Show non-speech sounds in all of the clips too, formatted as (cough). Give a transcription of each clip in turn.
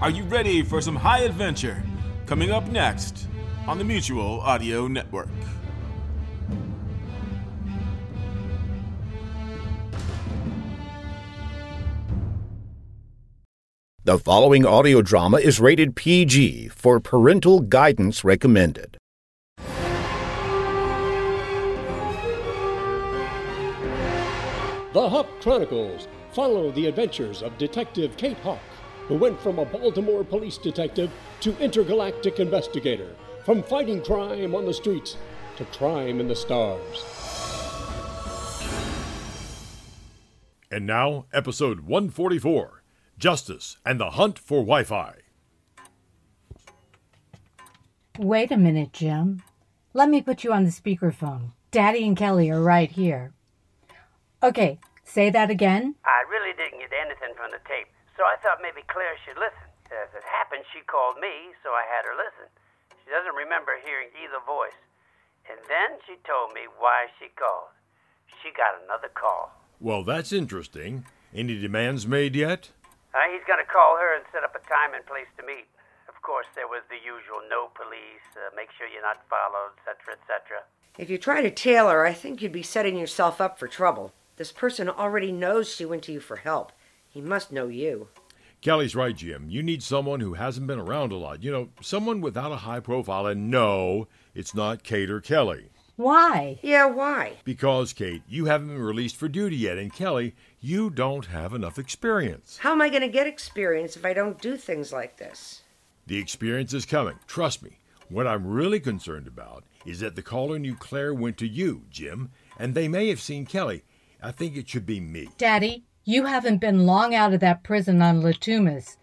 Are you ready for some high adventure? Coming up next on the Mutual Audio Network. The following audio drama is rated PG for parental guidance recommended. The Hawk Chronicles follow the adventures of Detective Kate Hawk, who went from a Baltimore police detective to intergalactic investigator, from fighting crime on the streets to crime in the stars. And now, episode 144 Justice and the Hunt for Wi Fi. Wait a minute, Jim. Let me put you on the speakerphone. Daddy and Kelly are right here. Okay, say that again. I really didn't get anything from the tape, so I thought maybe Claire should listen. As it happened, she called me, so I had her listen. She doesn't remember hearing either voice. And then she told me why she called. She got another call. Well, that's interesting. Any demands made yet? Uh, he's going to call her and set up a time and place to meet. Of course, there was the usual no police, uh, make sure you're not followed, etc., etc. If you try to tail her, I think you'd be setting yourself up for trouble. This person already knows she went to you for help. He must know you. Kelly's right, Jim. You need someone who hasn't been around a lot. You know, someone without a high profile. And no, it's not Kate or Kelly. Why? Yeah, why? Because, Kate, you haven't been released for duty yet. And Kelly, you don't have enough experience. How am I going to get experience if I don't do things like this? The experience is coming. Trust me. What I'm really concerned about is that the caller knew Claire went to you, Jim, and they may have seen Kelly. I think it should be me. Daddy, you haven't been long out of that prison on Latumas.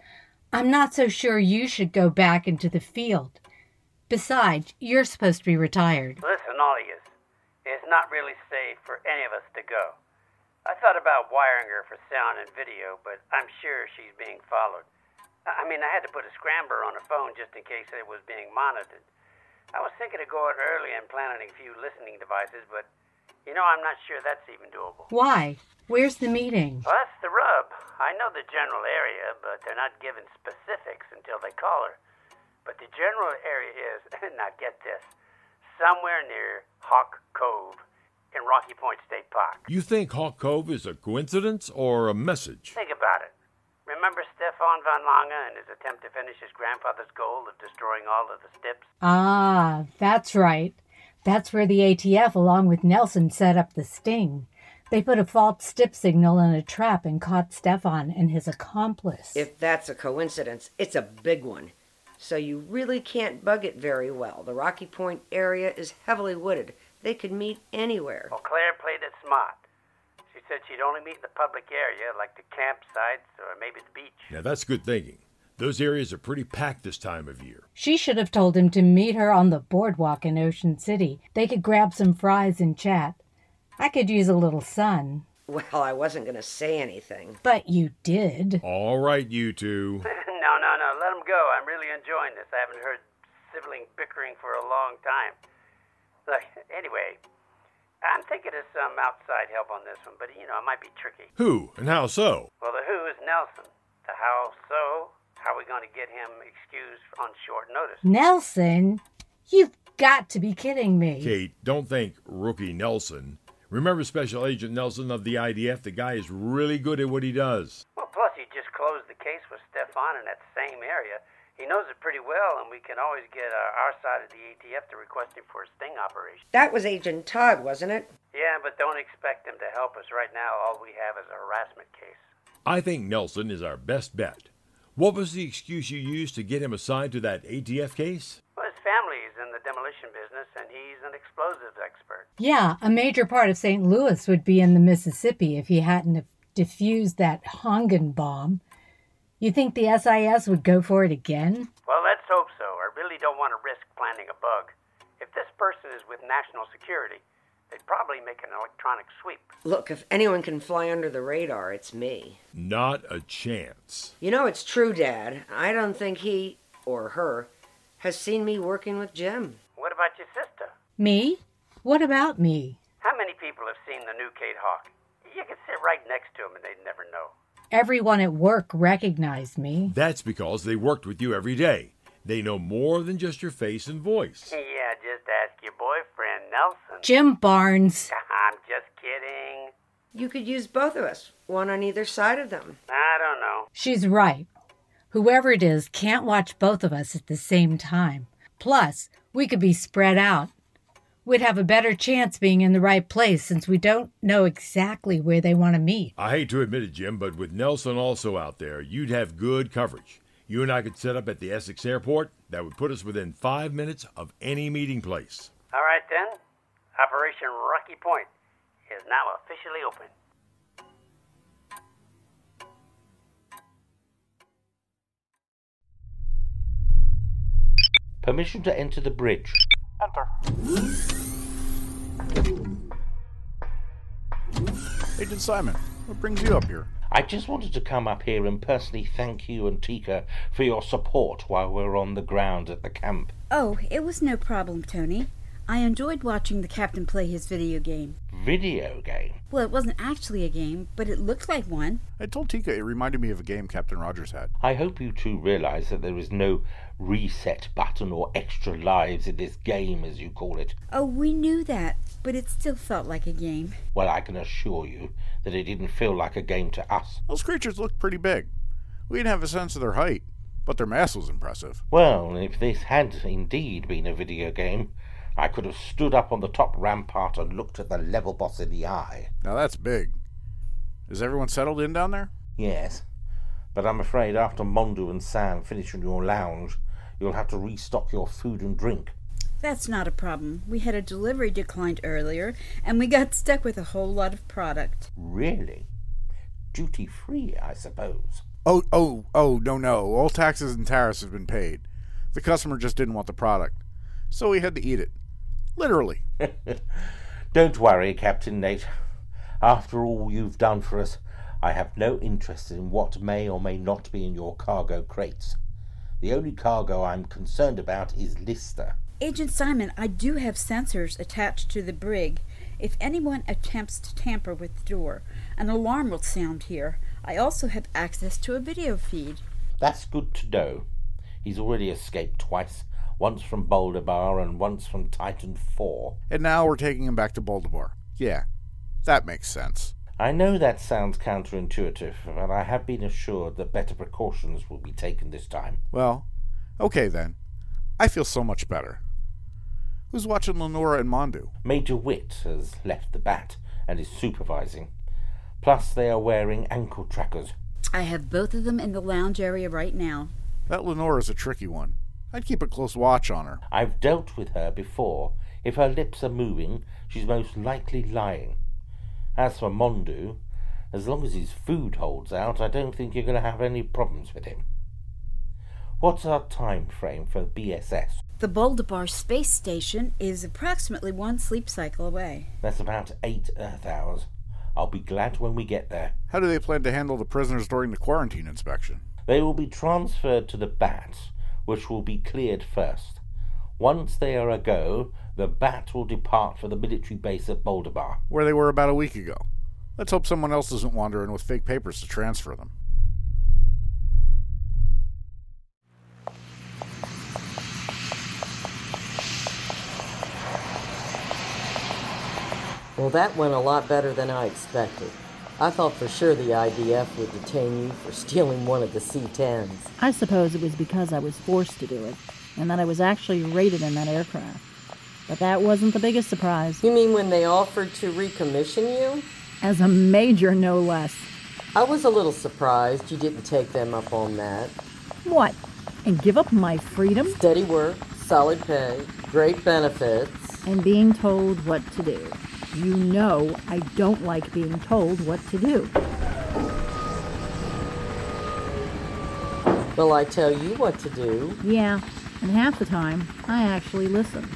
I'm not so sure you should go back into the field. Besides, you're supposed to be retired. Listen, all of you, it's not really safe for any of us to go. I thought about wiring her for sound and video, but I'm sure she's being followed. I I mean, I had to put a scrambler on her phone just in case it was being monitored. I was thinking of going early and planning a few listening devices, but you know, I'm not sure that's even doable. Why? Where's the meeting? Well, that's the rub. I know the general area, but they're not giving specifics until they call her. But the general area is, (laughs) now get this, somewhere near Hawk Cove in Rocky Point State Park. You think Hawk Cove is a coincidence or a message? Think about it. Remember Stefan von Lange and his attempt to finish his grandfather's goal of destroying all of the steps? Ah, that's right. That's where the ATF, along with Nelson, set up the sting. They put a false stip signal in a trap and caught Stefan and his accomplice. If that's a coincidence, it's a big one. So you really can't bug it very well. The Rocky Point area is heavily wooded. They could meet anywhere. Well, Claire played it smart. She said she'd only meet in the public area, like the campsites or maybe the beach. Now, that's good thinking. Those areas are pretty packed this time of year. She should have told him to meet her on the boardwalk in Ocean City. They could grab some fries and chat. I could use a little sun. Well, I wasn't going to say anything. But you did. All right, you two. no, no, no. Let him go. I'm really enjoying this. I haven't heard sibling bickering for a long time. Look, anyway, I'm thinking of some outside help on this one, but you know, it might be tricky. Who and how so? Well, the who is Nelson. The how so? How are we going to get him excused on short notice? Nelson, you've got to be kidding me. Kate, don't think rookie Nelson. Remember Special Agent Nelson of the IDF? The guy is really good at what he does. Well, plus, he just closed the case with Stefan in that same area. He knows it pretty well, and we can always get our, our side of the ATF to request him for a sting operation. That was Agent Todd, wasn't it? Yeah, but don't expect him to help us right now. All we have is a harassment case. I think Nelson is our best bet. What was the excuse you used to get him assigned to that ATF case? Well, his family's in the demolition business, and he's an explosives expert. Yeah, a major part of St. Louis would be in the Mississippi if he hadn't have diffused that Hongan bomb. You think the SIS would go for it again? Well, let's hope so. I really don't want to risk planting a bug. If this person is with national security, they'd probably make an electronic sweep. Look, if anyone can fly under the radar, it's me. Not a chance. You know, it's true, Dad. I don't think he, or her, has seen me working with Jim. What about your sister? Me? What about me? uh, How many people have seen the new Kate Hawk? You could sit right next to him and they'd never know. Everyone at work recognized me. That's because they worked with you every day. They know more than just your face and voice. Yeah, just ask your boyfriend, Nelson. Jim Barnes. I'm just kidding. You could use both of us, one on either side of them. I don't know. She's right. Whoever it is can't watch both of us at the same time. Plus, we could be spread out. We'd have a better chance being in the right place since we don't know exactly where they want to meet. I hate to admit it, Jim, but with Nelson also out there, you'd have good coverage. You and I could set up at the Essex airport. That would put us within five minutes of any meeting place. All right then. Operation Rocky Point is now officially open. Permission to enter the bridge. Enter. Agent Simon, what brings you up here? I just wanted to come up here and personally thank you and Tika for your support while we were on the ground at the camp. Oh, it was no problem, Tony. I enjoyed watching the captain play his video game. Video game. Well, it wasn't actually a game, but it looked like one. I told Tika it reminded me of a game Captain Rogers had. I hope you two realize that there is no reset button or extra lives in this game, as you call it. Oh, we knew that, but it still felt like a game. Well, I can assure you that it didn't feel like a game to us. Those creatures looked pretty big. We didn't have a sense of their height, but their mass was impressive. Well, if this had indeed been a video game, I could have stood up on the top rampart and looked at the level boss in the eye. Now that's big. Is everyone settled in down there? Yes, but I'm afraid after Mondu and Sam finish in your lounge, you'll have to restock your food and drink. That's not a problem. We had a delivery declined earlier, and we got stuck with a whole lot of product. Really? Duty free, I suppose. Oh, oh, oh, no, no. All taxes and tariffs have been paid. The customer just didn't want the product, so we had to eat it. (laughs) Literally. Don't worry, Captain Nate. After all you've done for us, I have no interest in what may or may not be in your cargo crates. The only cargo I'm concerned about is Lister. Agent Simon, I do have sensors attached to the brig. If anyone attempts to tamper with the door, an alarm will sound here. I also have access to a video feed. That's good to know. He's already escaped twice, once from Boulder Bar and once from Titan 4. And now we're taking him back to Baltimore. Yeah, that makes sense. I know that sounds counterintuitive, but I have been assured that better precautions will be taken this time. Well, okay then. I feel so much better. Who's watching Lenora and Mondu? Major Witt has left the bat and is supervising. Plus, they are wearing ankle trackers. I have both of them in the lounge area right now. That Lenora's a tricky one. I'd keep a close watch on her. I've dealt with her before. If her lips are moving, she's most likely lying. As for Mondu, as long as his food holds out, I don't think you're going to have any problems with him. What's our time frame for BSS? The Boldabar space station is approximately one sleep cycle away. That's about eight Earth hours. I'll be glad when we get there. How do they plan to handle the prisoners during the quarantine inspection? They will be transferred to the bat, which will be cleared first. Once they are ago, the bat will depart for the military base at Boldabar. Where they were about a week ago. Let's hope someone else isn't wandering with fake papers to transfer them. Well, that went a lot better than I expected. I thought for sure the IDF would detain you for (laughs) stealing one of the C 10s. I suppose it was because I was forced to do it, and that I was actually rated in that aircraft. But that wasn't the biggest surprise, You mean when they offered to recommission you? as a major no less. I was a little surprised you didn't take them up on that. What? And give up my freedom? Steady work, solid pay, great benefits. And being told what to do. You know I don't like being told what to do. Well, I tell you what to do. Yeah, and half the time, I actually listen.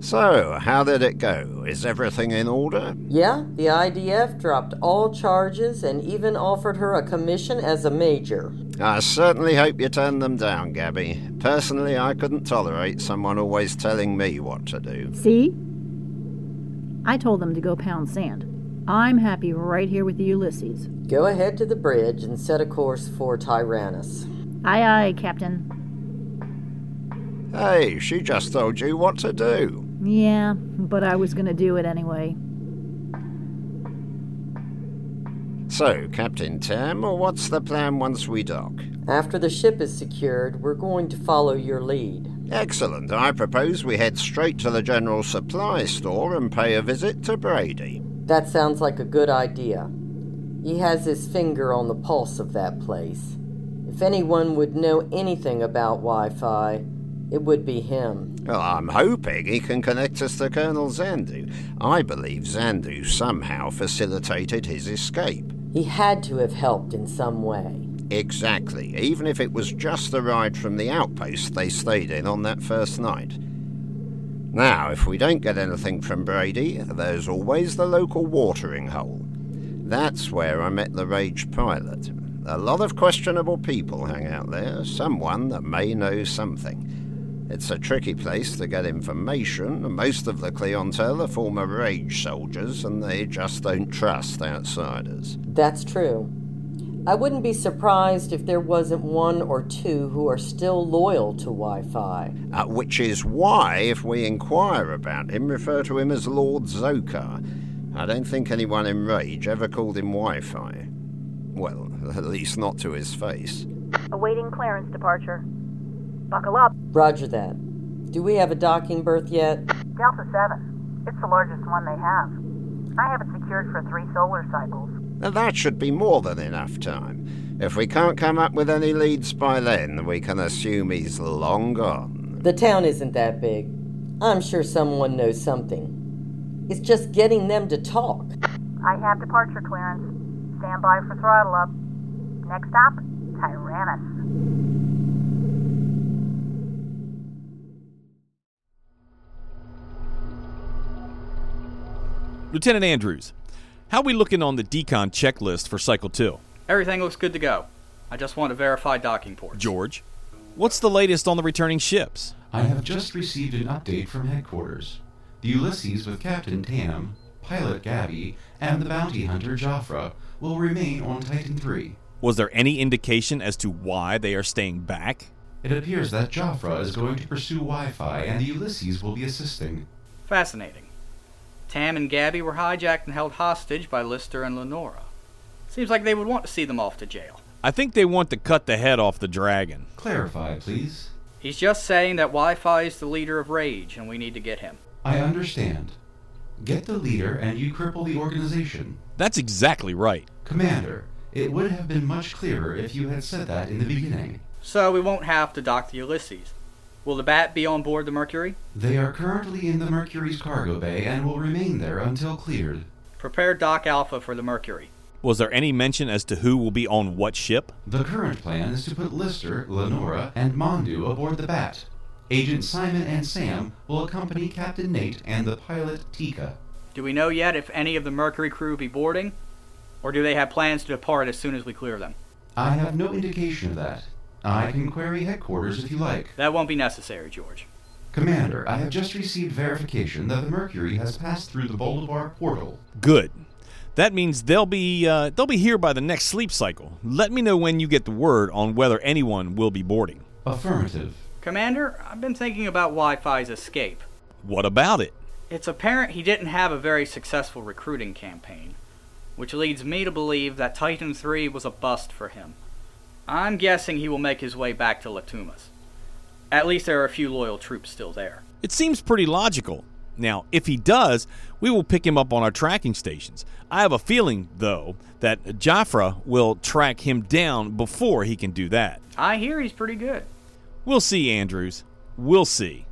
So, how did it go? Is everything in order? Yeah, the IDF dropped all charges and even offered her a commission as a major. I certainly hope you turned them down, Gabby. Personally, I couldn't tolerate someone always telling me what to do. See? I told them to go pound sand. I'm happy right here with the Ulysses. Go ahead to the bridge and set a course for Tyrannus. Aye, aye, Captain. Hey, she just told you what to do. Yeah, but I was gonna do it anyway. So, Captain Tam, what's the plan once we dock? After the ship is secured, we're going to follow your lead. Excellent. I propose we head straight to the general supply store and pay a visit to Brady. That sounds like a good idea. He has his finger on the pulse of that place. If anyone would know anything about Wi Fi, it would be him. Well, I'm hoping he can connect us to Colonel Zandu. I believe Zandu somehow facilitated his escape. He had to have helped in some way. Exactly, even if it was just the ride from the outpost they stayed in on that first night. Now, if we don't get anything from Brady, there's always the local watering hole. That's where I met the Rage pilot. A lot of questionable people hang out there, someone that may know something. It's a tricky place to get information. Most of the clientele are former Rage soldiers, and they just don't trust outsiders. That's true. I wouldn't be surprised if there wasn't one or two who are still loyal to Wi Fi. Uh, which is why, if we inquire about him, refer to him as Lord Zokar. I don't think anyone in Rage ever called him Wi Fi. Well, (laughs) at least not to his face. Awaiting clearance departure. Buckle up. Roger that. Do we have a docking berth yet? Delta 7. It's the largest one they have. I have it secured for three solar cycles. Now that should be more than enough time. If we can't come up with any leads by then, we can assume he's long gone. The town isn't that big. I'm sure someone knows something. It's just getting them to talk. I have departure clearance. Stand by for throttle up. Next stop, Tyrannus. Lieutenant Andrews, how we looking on the decon checklist for Cycle 2? Everything looks good to go. I just want to verify docking ports. George, what's the latest on the returning ships? I have just received an update from headquarters. The Ulysses with Captain Tam, Pilot Gabby, and the bounty hunter Jafra will remain on Titan III. Was there any indication as to why they are staying back? It appears that Jafra is going to pursue Wi Fi and the Ulysses will be assisting. Fascinating. Tam and Gabby were hijacked and held hostage by Lister and Lenora. Seems like they would want to see them off to jail. I think they want to cut the head off the dragon. Clarify, please. He's just saying that Wi Fi is the leader of Rage and we need to get him. I understand. Get the leader and you cripple the organization. That's exactly right. Commander, it would have been much clearer if you had said that in the beginning. So we won't have to dock the Ulysses. Will the Bat be on board the Mercury? They are currently in the Mercury's cargo bay and will remain there until cleared. Prepare Dock Alpha for the Mercury. Was there any mention as to who will be on what ship? The current plan is to put Lister, Lenora, and Mondu aboard the Bat. Agent Simon and Sam will accompany Captain Nate and the pilot Tika. Do we know yet if any of the Mercury crew be boarding? Or do they have plans to depart as soon as we clear them? I have no indication of that. I can query headquarters if you like. That won't be necessary, George. Commander, I have just received verification that the Mercury has passed through the Bolivar portal. Good. That means they'll be uh, they'll be here by the next sleep cycle. Let me know when you get the word on whether anyone will be boarding. Affirmative. Commander, I've been thinking about Wi Fi's escape. What about it? It's apparent he didn't have a very successful recruiting campaign, which leads me to believe that Titan 3 was a bust for him. I'm guessing he will make his way back to Latuma's. At least there are a few loyal troops still there. It seems pretty logical. Now, if he does, we will pick him up on our tracking stations. I have a feeling, though, that Jafra will track him down before he can do that. I hear he's pretty good. We'll see, Andrews. We'll see.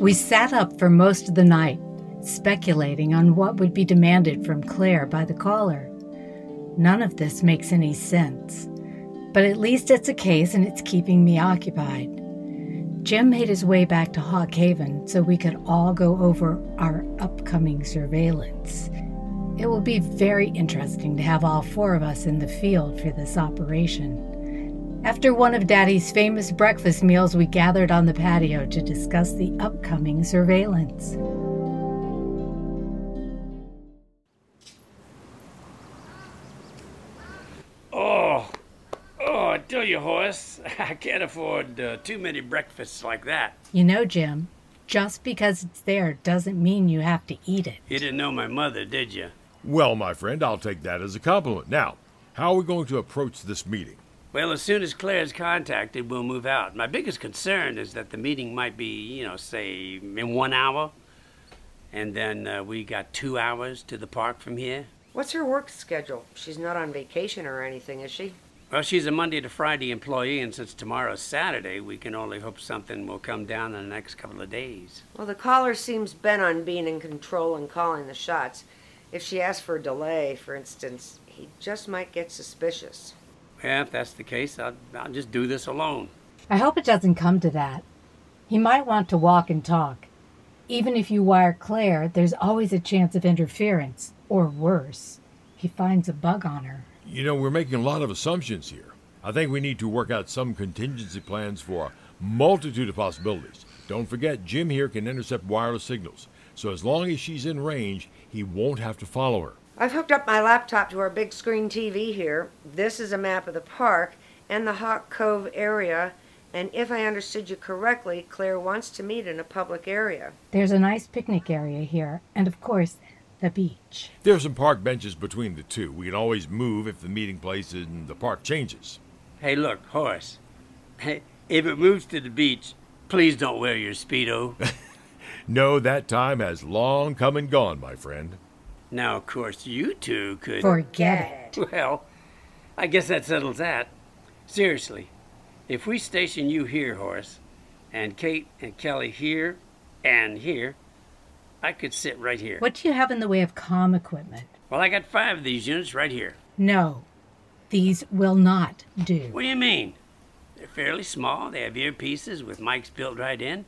We sat up for most of the night, speculating on what would be demanded from Claire by the caller. None of this makes any sense, but at least it's a case and it's keeping me occupied. Jim made his way back to Hawk Haven so we could all go over our upcoming surveillance. It will be very interesting to have all four of us in the field for this operation. After one of Daddy's famous breakfast meals, we gathered on the patio to discuss the upcoming surveillance. Oh, oh, I tell you, Horace, (laughs) I can't afford uh, too many breakfasts like that. You know, Jim, just because it's there doesn't mean you have to eat it. You didn't know my mother, did you? Well, my friend, I'll take that as a compliment. Now, how are we going to approach this meeting? Well, as soon as Claire is contacted, we'll move out. My biggest concern is that the meeting might be, you know, say, in one hour. And then uh, we got two hours to the park from here. What's her work schedule? She's not on vacation or anything, is she? Well, she's a Monday to Friday employee, and since tomorrow's Saturday, we can only hope something will come down in the next couple of days. Well, the caller seems bent on being in control and calling the shots. If she asks for a delay, for instance, he just might get suspicious. Yeah, if that's the case, I'll, I'll just do this alone. I hope it doesn't come to that. He might want to walk and talk. Even if you wire Claire, there's always a chance of interference, or worse, he finds a bug on her. You know, we're making a lot of assumptions here. I think we need to work out some contingency plans for a multitude of possibilities. Don't forget, Jim here can intercept wireless signals, so as long as she's in range, he won't have to follow her. I've hooked up my laptop to our big screen TV here. This is a map of the park and the Hawk Cove area, and if I understood you correctly, Claire wants to meet in a public area. There's a nice picnic area here, and of course, the beach. There are some park benches between the two. We can always move if the meeting place in the park changes. Hey, look, Horace. Hey, if it moves to the beach, please don't wear your Speedo. (laughs) No, that time has long come and gone, my friend. now, of course, you two could. Forget it. Well, I guess that settles that. Seriously, if we station you here, Horace, and Kate and Kelly here and here, I could sit right here. What do you have in the way of comm equipment? Well, I got five of these units right here. No, these will not do. What do you mean? They're fairly small. They have earpieces with mics built right in.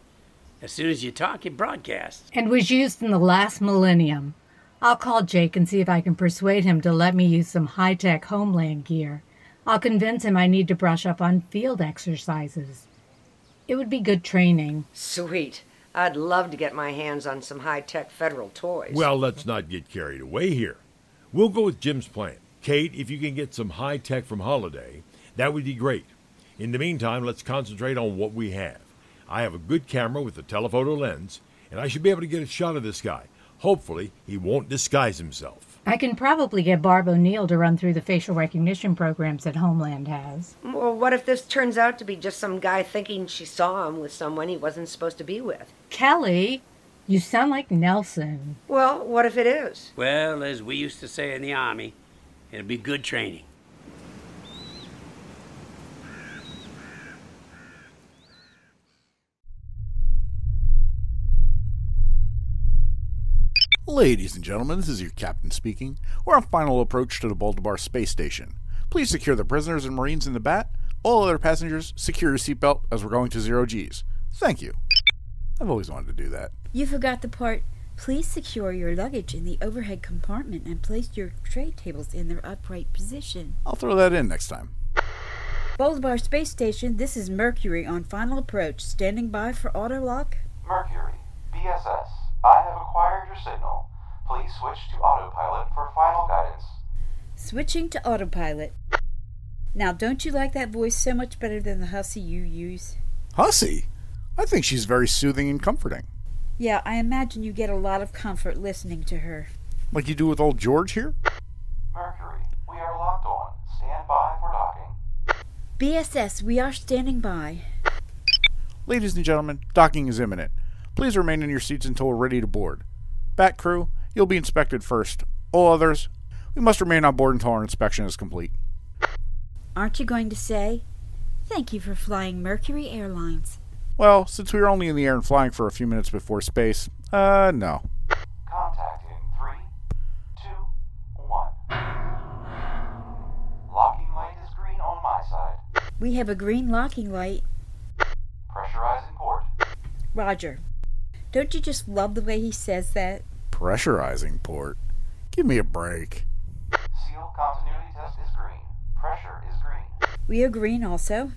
As soon as you talk, it broadcasts. and was used in the last millennium. I'll call Jake and see if I can persuade him to let me use some high tech homeland gear. I'll convince him I need to brush up on field exercises. It would be good training. Sweet. I'd love to get my hands on some high tech federal toys. Well, let's not get carried away here. We'll go with Jim's plan. Kate, if you can get some high tech from Holiday, that would be great. In the meantime, let's concentrate on what we have. I have a good camera with a telephoto lens, and I should be able to get a shot of this guy. Hopefully, he won't disguise himself. I can probably get Barb O'Neill to run through the facial recognition programs that Homeland has. Well, what if this turns out to be just some guy thinking she saw him with someone he wasn't supposed to be with? Kelly, you sound like Nelson. Well, what if it is? Well, as we used to say in the Army, it'll be good training. Ladies and gentlemen, this is your captain speaking. We're on final approach to the Baltimore space station. Please secure the prisoners and marines in the bat. All other passengers, secure your seatbelt as we're going to zero G's. Thank you. I've always wanted to do that. You forgot the part. Please secure your luggage in the overhead compartment and place your tray tables in their upright position. I'll throw that in next time. Bolivar Space Station, this is Mercury on final approach. Standing by for auto lock. Mercury, BSS, I have acquired your signal. Please switch to autopilot for final guidance. Switching to autopilot. Now, don't you like that voice so much better than the hussy you use? Hussy? I think she's very soothing and comforting. Yeah, I imagine you get a lot of comfort listening to her. Like you do with old George here? Mercury, we are locked on. Stand by for docking. BSS, we are standing by. Ladies and gentlemen, docking is imminent. Please remain in your seats until we're ready to board. Bat crew, you'll be inspected first. All others, we must remain on board until our inspection is complete. Aren't you going to say, Thank you for flying Mercury Airlines? Well, since we were only in the air and flying for a few minutes before space, uh, no. Contact in three, two, one. Locking light is green on my side. We have a green locking light. Pressurizing port. Roger. Don't you just love the way he says that? Pressurizing port. Give me a break. Seal continuity test is green. Pressure is green. We are green also.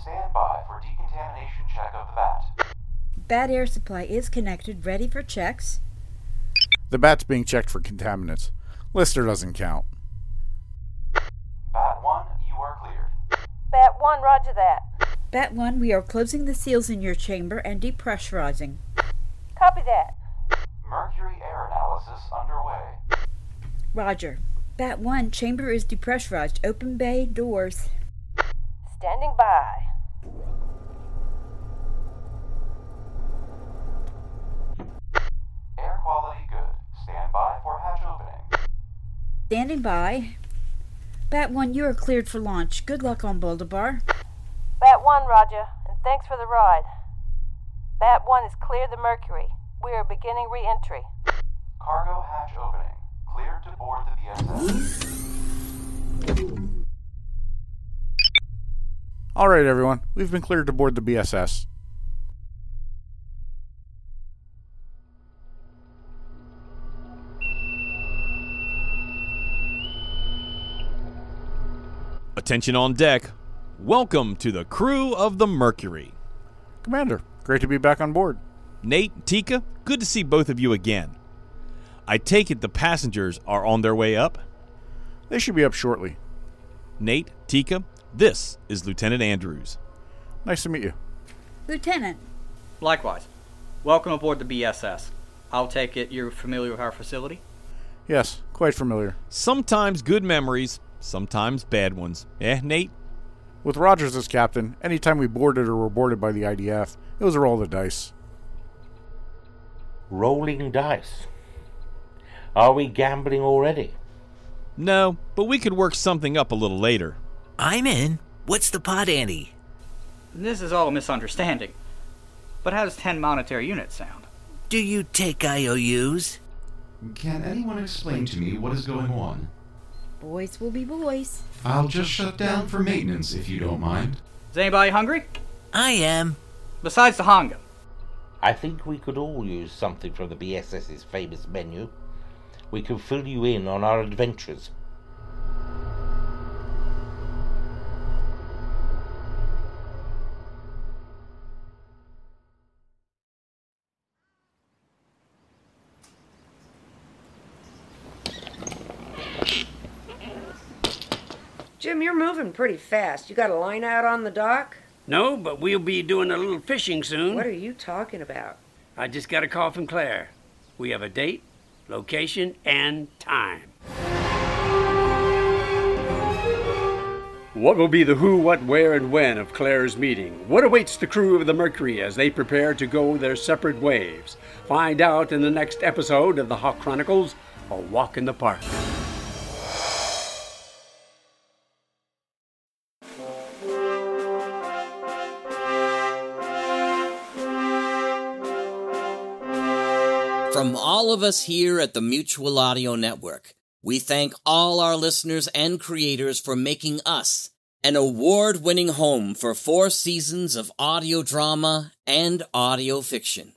Stand by for decontamination check of the bat. Bad air supply is connected, ready for checks. The bat's being checked for contaminants. Lister doesn't count. Bat 1, you are cleared. Bat 1, roger that. Bat 1, we are closing the seals in your chamber and depressurizing. Copy that. Mercury air analysis underway. Roger. Bat 1, chamber is depressurized. Open bay doors. Standing by. Air quality good. Stand by for hatch opening. Standing by. Bat 1, you are cleared for launch. Good luck on Boldabar. Bat 1, roger, and thanks for the ride. Bat 1 is clear the Mercury. We are beginning re entry. Cargo hatch opening. Cleared to board the VSS. All right, everyone. We've been cleared to board the BSS. Attention on deck. Welcome to the crew of the Mercury. Commander, great to be back on board. Nate, Tika, good to see both of you again. I take it the passengers are on their way up? They should be up shortly. Nate, Tika, this is Lieutenant Andrews. Nice to meet you. Lieutenant, Likewise. Welcome aboard the BSS. I'll take it you're familiar with our facility? Yes, quite familiar. Sometimes good memories, sometimes bad ones. Eh, Nate? With Rogers as captain, anytime we boarded or were boarded by the IDF, it was a roll of the dice. Rolling dice. Are we gambling already? No, but we could work something up a little later. I'm in. What's the pot, Andy? This is all a misunderstanding. But how does 10 monetary units sound? Do you take IOUs? Can anyone explain to me what is going on? boys will be boys. I'll just shut down for maintenance if you don't mind. Is anybody hungry? I am. Besides the honga. I think we could all use something from the BSS's famous menu. We can fill you in on our adventures. Jim, you're moving pretty fast. You got a line out on the dock? No, but we'll be doing a little fishing soon. What are you talking about? I just got a call from Claire. We have a date, location, and time. What will be the who, what, where, and when of Claire's meeting? What awaits the crew of the Mercury as they prepare to go their separate ways? Find out in the next episode of the Hawk Chronicles A Walk in the Park. From all of us here at the Mutual Audio Network, we thank all our listeners and creators for making us an award winning home for four seasons of audio drama and audio fiction.